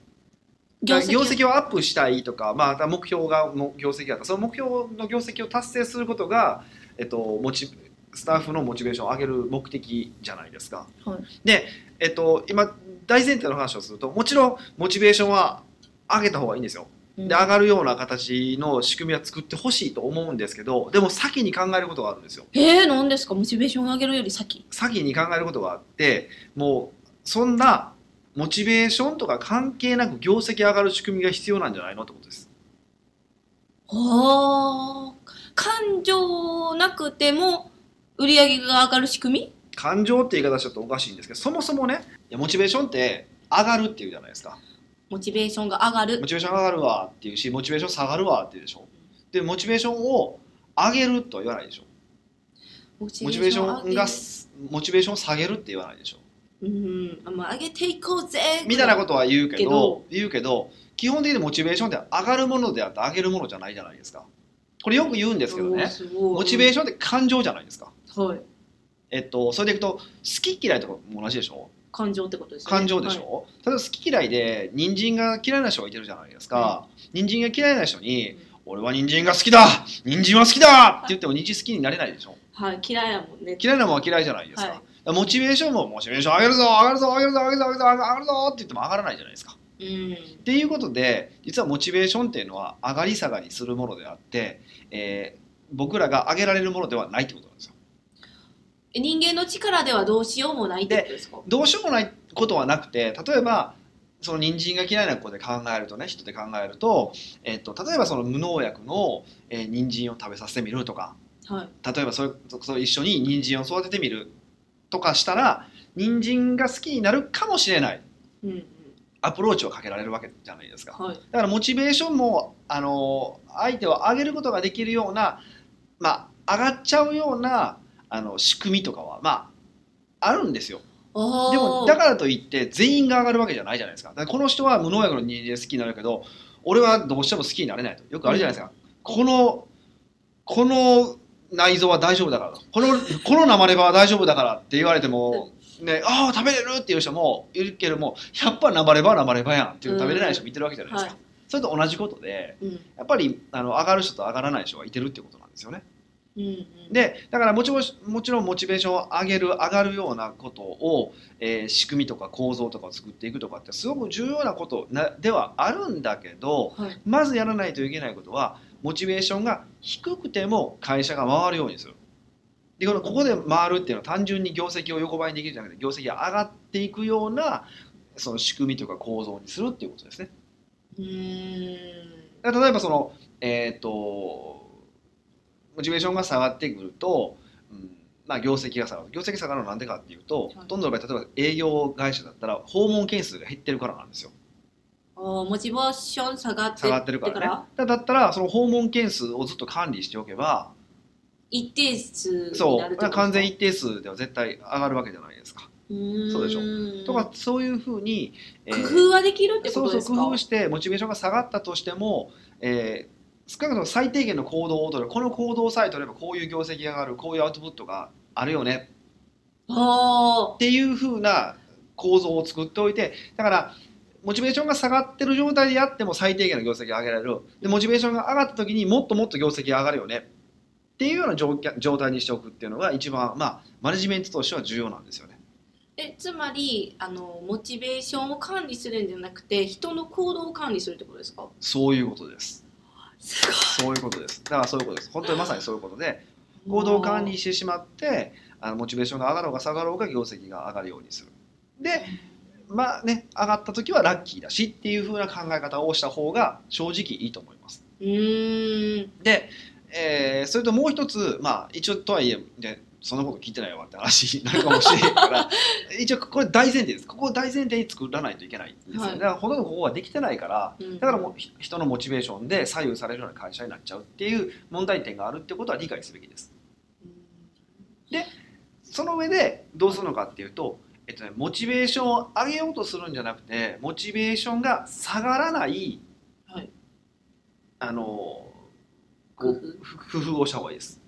[SPEAKER 2] 業績
[SPEAKER 1] 業績をアップしたいとか、まあ、目標がも業績だったその目標の業績を達成することが、えっと、モチスタッフのモチベーションを上げる目的じゃないですか。
[SPEAKER 2] はい
[SPEAKER 1] で、えっと、今大前提の話をするともちろんモチベーションは上げた方がいいんですよ。
[SPEAKER 2] うん
[SPEAKER 1] で上がるような形の仕組みは作ってほしいと思うんですけどでも先に考えることがあるんですよ
[SPEAKER 2] えー、何ですかモチベーションを上げるより先
[SPEAKER 1] 先に考えることがあってもうそんなモチベーションとか関係なく業績上がる仕組みが必要なんじゃないのってことです
[SPEAKER 2] あー感情なくても売り上げが上がる仕組み
[SPEAKER 1] 感情って言い方しちょっとおかしいんですけどそもそもねいやモチベーションって上がるっていうじゃないですか
[SPEAKER 2] モチベーションが上がる
[SPEAKER 1] モチベーション上がるわっていうしモチベーション下がるわっていうでしょでモチベーションを上げるとは言わないでしょ
[SPEAKER 2] モチ
[SPEAKER 1] モチベーションが
[SPEAKER 2] 上げ
[SPEAKER 1] モチベーションを下げるって言わないでしょ
[SPEAKER 2] うん、あまあ、上げていこうぜ
[SPEAKER 1] みたいなことは言うけど
[SPEAKER 2] けど
[SPEAKER 1] 言うけど基本的にモチベーションって上がるものであって上げるものじゃないじゃないですかこれよく言うんですけどねモ
[SPEAKER 2] モ
[SPEAKER 1] チベー
[SPEAKER 2] シ
[SPEAKER 1] ションって感情じゃないですか、
[SPEAKER 2] ョン、はい、
[SPEAKER 1] えっと、それでいくと好き嫌いとかも同じでしょ
[SPEAKER 2] 感情ってことですよね
[SPEAKER 1] 感情でし
[SPEAKER 2] はい
[SPEAKER 1] ょ、例えば好き嫌いで人参が嫌いな人がいてるじゃないですか、人参が嫌いな人に
[SPEAKER 2] うん
[SPEAKER 1] 「俺は人参が好きだ人参は好きだ!」って言っても人参好きになれないでしょ
[SPEAKER 2] はい、嫌いやもんね
[SPEAKER 1] 嫌いなもんは嫌いじゃないですか、
[SPEAKER 2] はい
[SPEAKER 1] だからモチベーションもモチベーション上げるぞ上がるぞ上げるぞ上げるぞ上げるぞ上がるぞって言っても上がらないじゃないですか
[SPEAKER 2] うん
[SPEAKER 1] っていうことで実はモチベーションっていうのは上がり下がりするものであって、えー僕らが上げられるものではないってことなんですよ。
[SPEAKER 2] え人間の力ではどうしようもないってことですか
[SPEAKER 1] どうしようもないことはなくて例えばその人参が嫌いな子で考えるとね人で考えると,、えっと例えばその無農薬の、えー人参を食べさせてみるとか
[SPEAKER 2] はい
[SPEAKER 1] 例えばそれそそれ一緒に人参を育ててみるとかしたら人参が好きになるかもしれない
[SPEAKER 2] うんうん
[SPEAKER 1] アプローチをかけられるわけじゃないですか。
[SPEAKER 2] はい
[SPEAKER 1] だからモチベーションもあの相手を上げることができるような、まあ、上がっちゃうようなあの仕組みとかは、まあ、あるんですよ
[SPEAKER 2] あー
[SPEAKER 1] でもだからといって全員が上がるわけじゃないじゃないですかだからこの人は無農薬の人間好きになるけど俺はどうしても好きになれないとよくあるじゃないですか、このこの内臓は大丈夫だからこのこの生レバーは大丈夫だからって言われても、ね、ああ食べれるっていう人もいるけどもやっぱ生レバーは生レバーやんっていう食べれない人もいてるわけじゃないですか、
[SPEAKER 2] は
[SPEAKER 1] それと同じことで
[SPEAKER 2] い。うん。
[SPEAKER 1] やっぱりあの上がる人と上がらない人がいてるってことなんですよね。
[SPEAKER 2] うんうん。、
[SPEAKER 1] でだからもちもしもちろんモチベーションを上げる上がるようなことを、えー仕組みとか構造とかを作っていくとかってすごく重要なことなではあるんだけど
[SPEAKER 2] はい。
[SPEAKER 1] まずやらないといけないことはモチベーションが低くても会社が回るようにする。でこのここで回るっていうのは単純に業績を横ばいにできるじゃなくて業績が上がっていくようなその仕組みとか構造にするっていうことですね。
[SPEAKER 2] うーん。
[SPEAKER 1] だから例えばそのえっ、とモチベーションが下がってくると、うんまあ、業績が下がる業績下がるのはなんでかっていうと、
[SPEAKER 2] はい
[SPEAKER 1] ほとんどの場合例えば営業会社だったら訪問件数が減ってるからなんですよ
[SPEAKER 2] おーモチベーション下がって
[SPEAKER 1] 下がってるからねだだったらその訪問件数をずっと管理しておけば
[SPEAKER 2] 一定数
[SPEAKER 1] そ
[SPEAKER 2] に
[SPEAKER 1] う
[SPEAKER 2] なる
[SPEAKER 1] だか
[SPEAKER 2] ってこと
[SPEAKER 1] ら完全一定数では絶対上がるわけじゃないですか、そうでしょ
[SPEAKER 2] ょ
[SPEAKER 1] とかそういうふうに、え
[SPEAKER 2] 工
[SPEAKER 1] ー
[SPEAKER 2] 夫はできるってこ
[SPEAKER 1] そう
[SPEAKER 2] と
[SPEAKER 1] そ
[SPEAKER 2] で
[SPEAKER 1] う
[SPEAKER 2] すか
[SPEAKER 1] 工夫してモチベーションが下がったとしても、えー少なくとも最低限の行動を取るこの行動さえ取ればこういう業績が上がるこういうアウトプットがあるよね
[SPEAKER 2] あ
[SPEAKER 1] っていうふうな構造を作っておいてだからモチベーションが下がってる状態でやっても最低限の業績が上げられるでモチベーションが上がった時にもっともっと業績が上がるよねっていうような状況状態にしておくっていうのが一番、まあ、マネジメントとしては重要なんですよね。
[SPEAKER 2] ーえつまりあのモチベーションを管理するんじゃなくて人の行動を管理するってことで すか
[SPEAKER 1] そういうことです。
[SPEAKER 2] すご
[SPEAKER 1] そう
[SPEAKER 2] い
[SPEAKER 1] いうことです。だからそういうことです。本当にまさにそういうことで、行動管理してしまってあのモチベーションが上がろうが下がろうが業績が上がるようにするでまあね上がった時はラッキーだしっていう風な考え方をした方が正直いいと思います
[SPEAKER 2] うーん
[SPEAKER 1] で、えーそれともう一つまあ一応とはいえでそんなこと聞いてないわって話になるかもしれないから 一応これ大前提ですここを大前提に作らないといけないんですよ、
[SPEAKER 2] はい
[SPEAKER 1] だからほとんどここはできてないから
[SPEAKER 2] うん
[SPEAKER 1] だからもうひ人のモチベーションで左右されるような会社になっちゃうっていう問題点があるってことは理解すべきですその上でどうするのかっていうと、えっとね、モチベーションを上げようとするんじゃなくてモチベーションが下がらない、
[SPEAKER 2] はい
[SPEAKER 1] あのこ
[SPEAKER 2] 工夫
[SPEAKER 1] うふ工夫をした方がいいです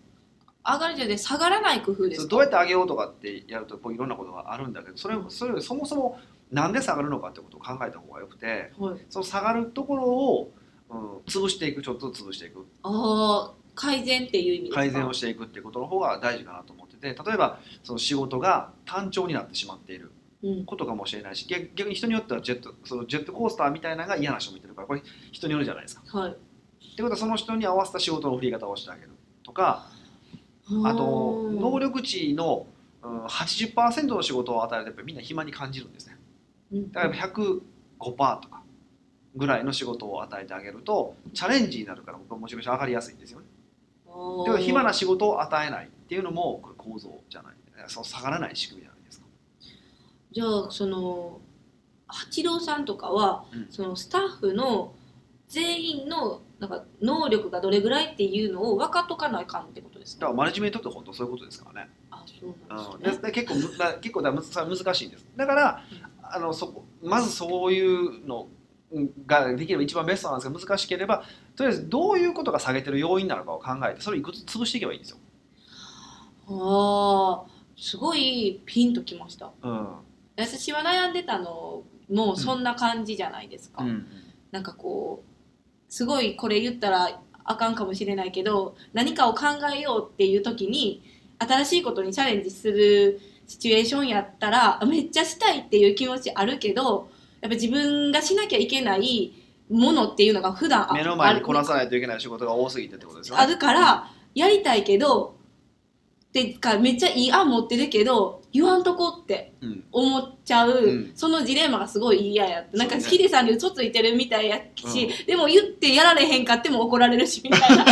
[SPEAKER 2] 上がるじゃなくて下がらない工夫です
[SPEAKER 1] そう
[SPEAKER 2] か
[SPEAKER 1] どうやって上げようとかってやるとこういろんなことがあるんだけどそれそれよりそもそもなんで下がるのかってことを考えた方がよくて
[SPEAKER 2] はい、
[SPEAKER 1] その下がるところを、うん、潰していくちょっとずつ潰していく
[SPEAKER 2] ああ改善っていう意味ですか
[SPEAKER 1] 改善をしていくってことの方が大事かなと思ってて例えばその仕事が単調になってしまっている
[SPEAKER 2] うん
[SPEAKER 1] ことかもしれないし逆逆に人によってはジェットそのジェットコースターみたいなのが嫌な人もいてるからこれ人によるじゃないですか。
[SPEAKER 2] はい
[SPEAKER 1] ってことはその人に合わせた仕事の振り方をしてあげるとかあと
[SPEAKER 2] うん
[SPEAKER 1] 能力値のうん80%の仕事を与えるとやっぱりみんな暇に感じるんですね。
[SPEAKER 2] うん
[SPEAKER 1] だからやっぱ105%とかぐらいの仕事を与えてあげるとチャレンジになるから僕はモチベーション上がりやすいんですよね。
[SPEAKER 2] おー
[SPEAKER 1] だから暇な仕事を与えないっていうのもこれ構造じゃないその下がらない仕組みじゃないですか。
[SPEAKER 2] じゃあその八郎さんとかは、
[SPEAKER 1] うん
[SPEAKER 2] そのスタッフの全員のなんか能力がどれぐらいっていうのを分かっとかないかんってことです
[SPEAKER 1] だか
[SPEAKER 2] から
[SPEAKER 1] マネジメントって本当そういうことですからね。
[SPEAKER 2] あそうなん
[SPEAKER 1] うん
[SPEAKER 2] で
[SPEAKER 1] です
[SPEAKER 2] ね
[SPEAKER 1] で結構むだ結構だむずさ難しいんですだからあのそこまずそういうのうんができれば一番ベストなんですが難しければとりあえずどういうことが下げてる要因なのかを考えてそれをいくつ潰していけばいいんですよ、
[SPEAKER 2] ああすごいピンときました
[SPEAKER 1] うん
[SPEAKER 2] 私は悩んでたのもそんな感じじゃないですか、
[SPEAKER 1] うん
[SPEAKER 2] なんかこうすごいこれ言ったらあかんかもしれないけど何かを考えようっていう時に新しいことにチャレンジするシチュエーションやったらあめっちゃしたいっていう気持ちあるけどやっぱ自分がしなきゃいけないものっていうのが普段あ
[SPEAKER 1] 目の前にこな
[SPEAKER 2] あ
[SPEAKER 1] さないといけない仕事が多すぎてってことですよ
[SPEAKER 2] あ
[SPEAKER 1] ね
[SPEAKER 2] るからやりたいけどてかめっちゃいい案持ってるけど言わんとこって
[SPEAKER 1] うん
[SPEAKER 2] 思っちゃう、
[SPEAKER 1] うん
[SPEAKER 2] そのジレンマがすごい嫌やってなんか
[SPEAKER 1] そうね
[SPEAKER 2] ヒデさんに嘘ついてるみたいやし、でも言ってやられへんかっても怒られるしみたい な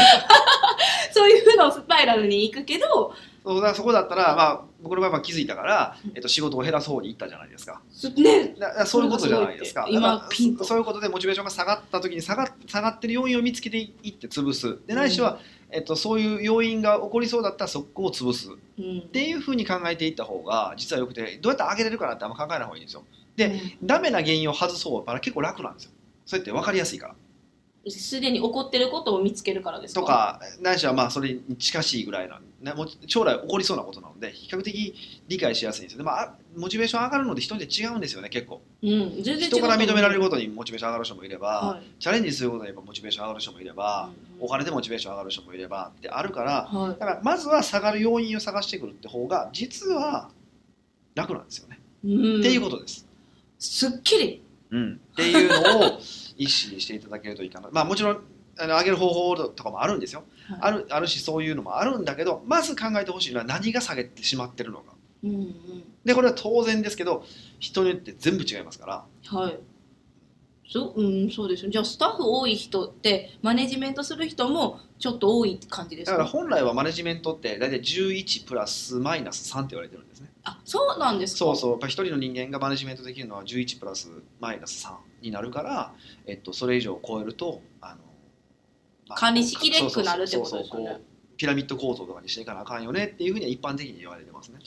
[SPEAKER 2] そういうふうなスパイラルに行くけど
[SPEAKER 1] そうだからそこだったら、まあ、僕の場合は気づいたから、えっと、仕事を減らす方に行ったじゃないですか
[SPEAKER 2] すね
[SPEAKER 1] だからそういうことじゃないですか
[SPEAKER 2] それが
[SPEAKER 1] だから
[SPEAKER 2] すごいって今ピンと
[SPEAKER 1] そういうことでモチベーションが下がった時に下がっ下がってる要因を見つけていって潰すでないしは、えっと、そういう要因が起こりそうだったらそこを潰すっ
[SPEAKER 2] うん
[SPEAKER 1] ていうふうに考えていった方が実はよくてどうやって上げれるかなってあんま考えない方がいいんですよ
[SPEAKER 2] う
[SPEAKER 1] で
[SPEAKER 2] ん
[SPEAKER 1] ダメな原因を外そうから結構楽なんですよそうやって分かりやすいから
[SPEAKER 2] すでに起こってることを見つけるからですか
[SPEAKER 1] とかないしはまあそれに近しいぐらいなんね、もう将来起こりそうなことなので比較的理解しやすいんですよでもあモチベーション上がるので人によって違うんですよね結構
[SPEAKER 2] うん全然違う
[SPEAKER 1] 人から認められることとにモチベーション上がる人もいれば、
[SPEAKER 2] は
[SPEAKER 1] チャレンジすることにやっぱモチベーション上がる人もいれば、
[SPEAKER 2] うん
[SPEAKER 1] お金でモチベーション上がる人もいればってあるから
[SPEAKER 2] い、はい
[SPEAKER 1] だからまずは下がる要因を探してくるって方が実は楽なんですよね、
[SPEAKER 2] うん
[SPEAKER 1] っていうことです、
[SPEAKER 2] すっきり
[SPEAKER 1] うん、っていうのを意識していただけるといいかなまあもちろんあの上げる方法とかもあるんですよあ
[SPEAKER 2] る、
[SPEAKER 1] るあるしそういうのもあるんだけどまず考えてほしいのは何が下げてしまってるのか
[SPEAKER 2] うんうん
[SPEAKER 1] でこれは当然ですけど人によって全部違いますから
[SPEAKER 2] はいそ,、うん、そうですよじゃあスタッフ多い人ってマネジメントする人もちょっと多いって感じです
[SPEAKER 1] だから
[SPEAKER 2] か
[SPEAKER 1] 本来はマネジメントって大体11プラスマイナス3って言われてるんですね
[SPEAKER 2] あそうなんですか
[SPEAKER 1] そうそうやっぱ一人の人間がマネジメントできるのは11プラスマイナス3になるから、えっと、それ以上を超えるとあの、ま
[SPEAKER 2] 管理しきれんくなるってこと
[SPEAKER 1] そう
[SPEAKER 2] です
[SPEAKER 1] そう
[SPEAKER 2] よ
[SPEAKER 1] そう
[SPEAKER 2] ね
[SPEAKER 1] こうピラミッド構造とかにしていかなあかんよねっていうふうには一般的に言われてますね、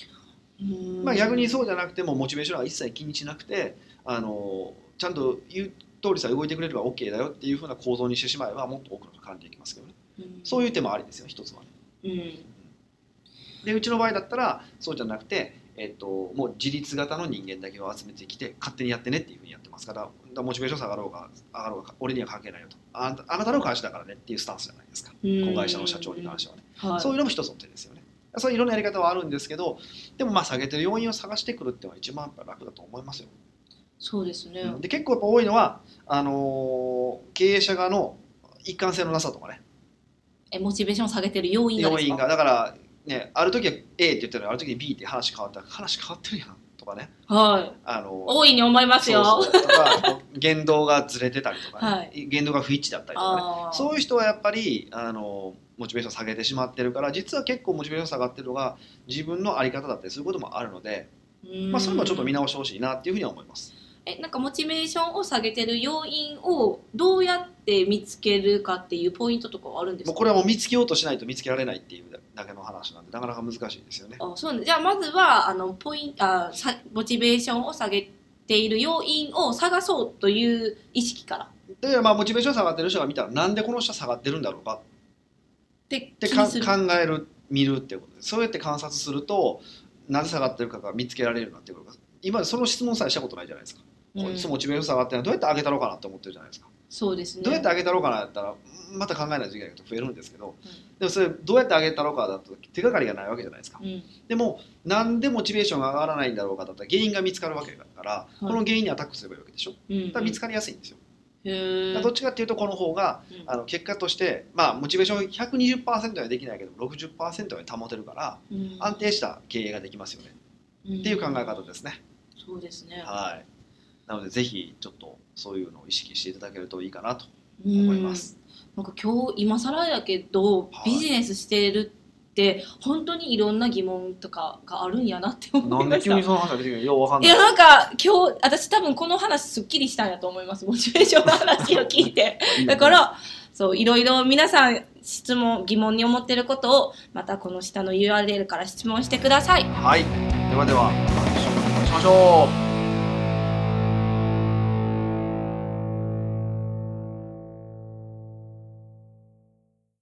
[SPEAKER 2] うん
[SPEAKER 1] まあ、逆にそうじゃなくてもモチベーションは一切気にしなくてあのちゃんと言う通りさえ動いてくれれば OK だよっていうふうな構造にしてしまえばもっと多くの人が管理できますけどね
[SPEAKER 2] うん
[SPEAKER 1] そういう手もありですよ一つはね
[SPEAKER 2] うん
[SPEAKER 1] でうちの場合だったらそうじゃなくて、えっと、もう自立型の人間だけを集めてきて勝手にやってねっていうふうにやってますからだからモチベーション下がろうが上がろうが俺には関係ないよとあなたあなたの会社だからねっていうスタンスじゃないですか
[SPEAKER 2] 子
[SPEAKER 1] 子会社の社長に関してはね
[SPEAKER 2] は
[SPEAKER 1] そういう
[SPEAKER 2] い
[SPEAKER 1] のも一つの手ですよねそういういろんなやり方はあるんですけどでもまあ下げてる要因を探してくるっていうのは一番やっぱ楽だと思いますよ、
[SPEAKER 2] そうですね、
[SPEAKER 1] で結構やっぱ多いのはあのー経営者側の一貫性のなさとかね
[SPEAKER 2] えモチベーションを下げてる要因がで
[SPEAKER 1] 要
[SPEAKER 2] すか
[SPEAKER 1] 因がだからねある時は A って言ったのにある時に B って話変わったら話変わってるやんとかね
[SPEAKER 2] はい
[SPEAKER 1] あの
[SPEAKER 2] 大いに思いますよ
[SPEAKER 1] そうそうとか言動がずれてたりとか、ね
[SPEAKER 2] は
[SPEAKER 1] 言動が不一致だったりとかね
[SPEAKER 2] ああ
[SPEAKER 1] そういう人はやっぱりあのモチベーション下げてしまってるから実は結構モチベーション下がってるのが自分の在り方だったりすることもあるので、
[SPEAKER 2] うん
[SPEAKER 1] まあ、そういうのをちょっと見直してほしいなっていうふうには思います。
[SPEAKER 2] えなんかモチベーションを下げてる要因をどうやって見つけるかっていうポイントとかはあるんです
[SPEAKER 1] もう
[SPEAKER 2] か
[SPEAKER 1] これはもう見つけようとしないと見つけられないっていうだけの話なんでなかなか難しいですよね。
[SPEAKER 2] あそうなんですじゃあまずはあのポインあさモチベーションを下げている要因を探そうという意識からっ
[SPEAKER 1] で、まあ、モチベーション下がってる人が見たらなんでこの人は下がってるんだろうか
[SPEAKER 2] て
[SPEAKER 1] で
[SPEAKER 2] 気
[SPEAKER 1] か
[SPEAKER 2] にする
[SPEAKER 1] 考える見るっていうことですそうやって観察するとなぜ下がってるかが見つけられるようになってくるから今までその質問さえしたことないじゃないですか、こ
[SPEAKER 2] う
[SPEAKER 1] い
[SPEAKER 2] ん
[SPEAKER 1] つモチベーション下がってるのはどうやって上げたろうかなって思ってるじゃないですか、
[SPEAKER 2] そうですね
[SPEAKER 1] どうやって上げたろうかなやったらまた考えないといけないこと増えるんですけど、
[SPEAKER 2] ん
[SPEAKER 1] でもそれどうやって上げたろうかだと手がかりがないわけじゃないですか、
[SPEAKER 2] うん
[SPEAKER 1] でもなんでモチベーションが上がらないんだろうかだったら原因が見つかるわけだから、
[SPEAKER 2] い
[SPEAKER 1] この原因にアタックすればいいわけでしょ
[SPEAKER 2] うん
[SPEAKER 1] だから見つかりやすいんですよ、
[SPEAKER 2] へー
[SPEAKER 1] だからどっちかっていうとこの方が
[SPEAKER 2] うん
[SPEAKER 1] あの結果として、まあ、モチベーション120%にはできないけど60%には保てるから
[SPEAKER 2] うん
[SPEAKER 1] 安定した経営ができますよねっていう考え方ですね。
[SPEAKER 2] うんそうですね
[SPEAKER 1] はい、なのでぜひちょっとそういうのを意識していただけるといいかなと
[SPEAKER 2] 思
[SPEAKER 1] 思います。
[SPEAKER 2] なんか今日今更やけど、
[SPEAKER 1] はい
[SPEAKER 2] ビジネスしてるって本当にいろんな疑問とかがあるんやなって思いました。い
[SPEAKER 1] その話が出てくるのようわか
[SPEAKER 2] やなんか今日私多分この話すっきりしたんやと思いますモチベーションの話を聞いてだか、らそういろいろ皆さん質問疑問に思ってることをまたこの下の URL から質問してください
[SPEAKER 1] はい、ではではまた一緒にお会いしましょう。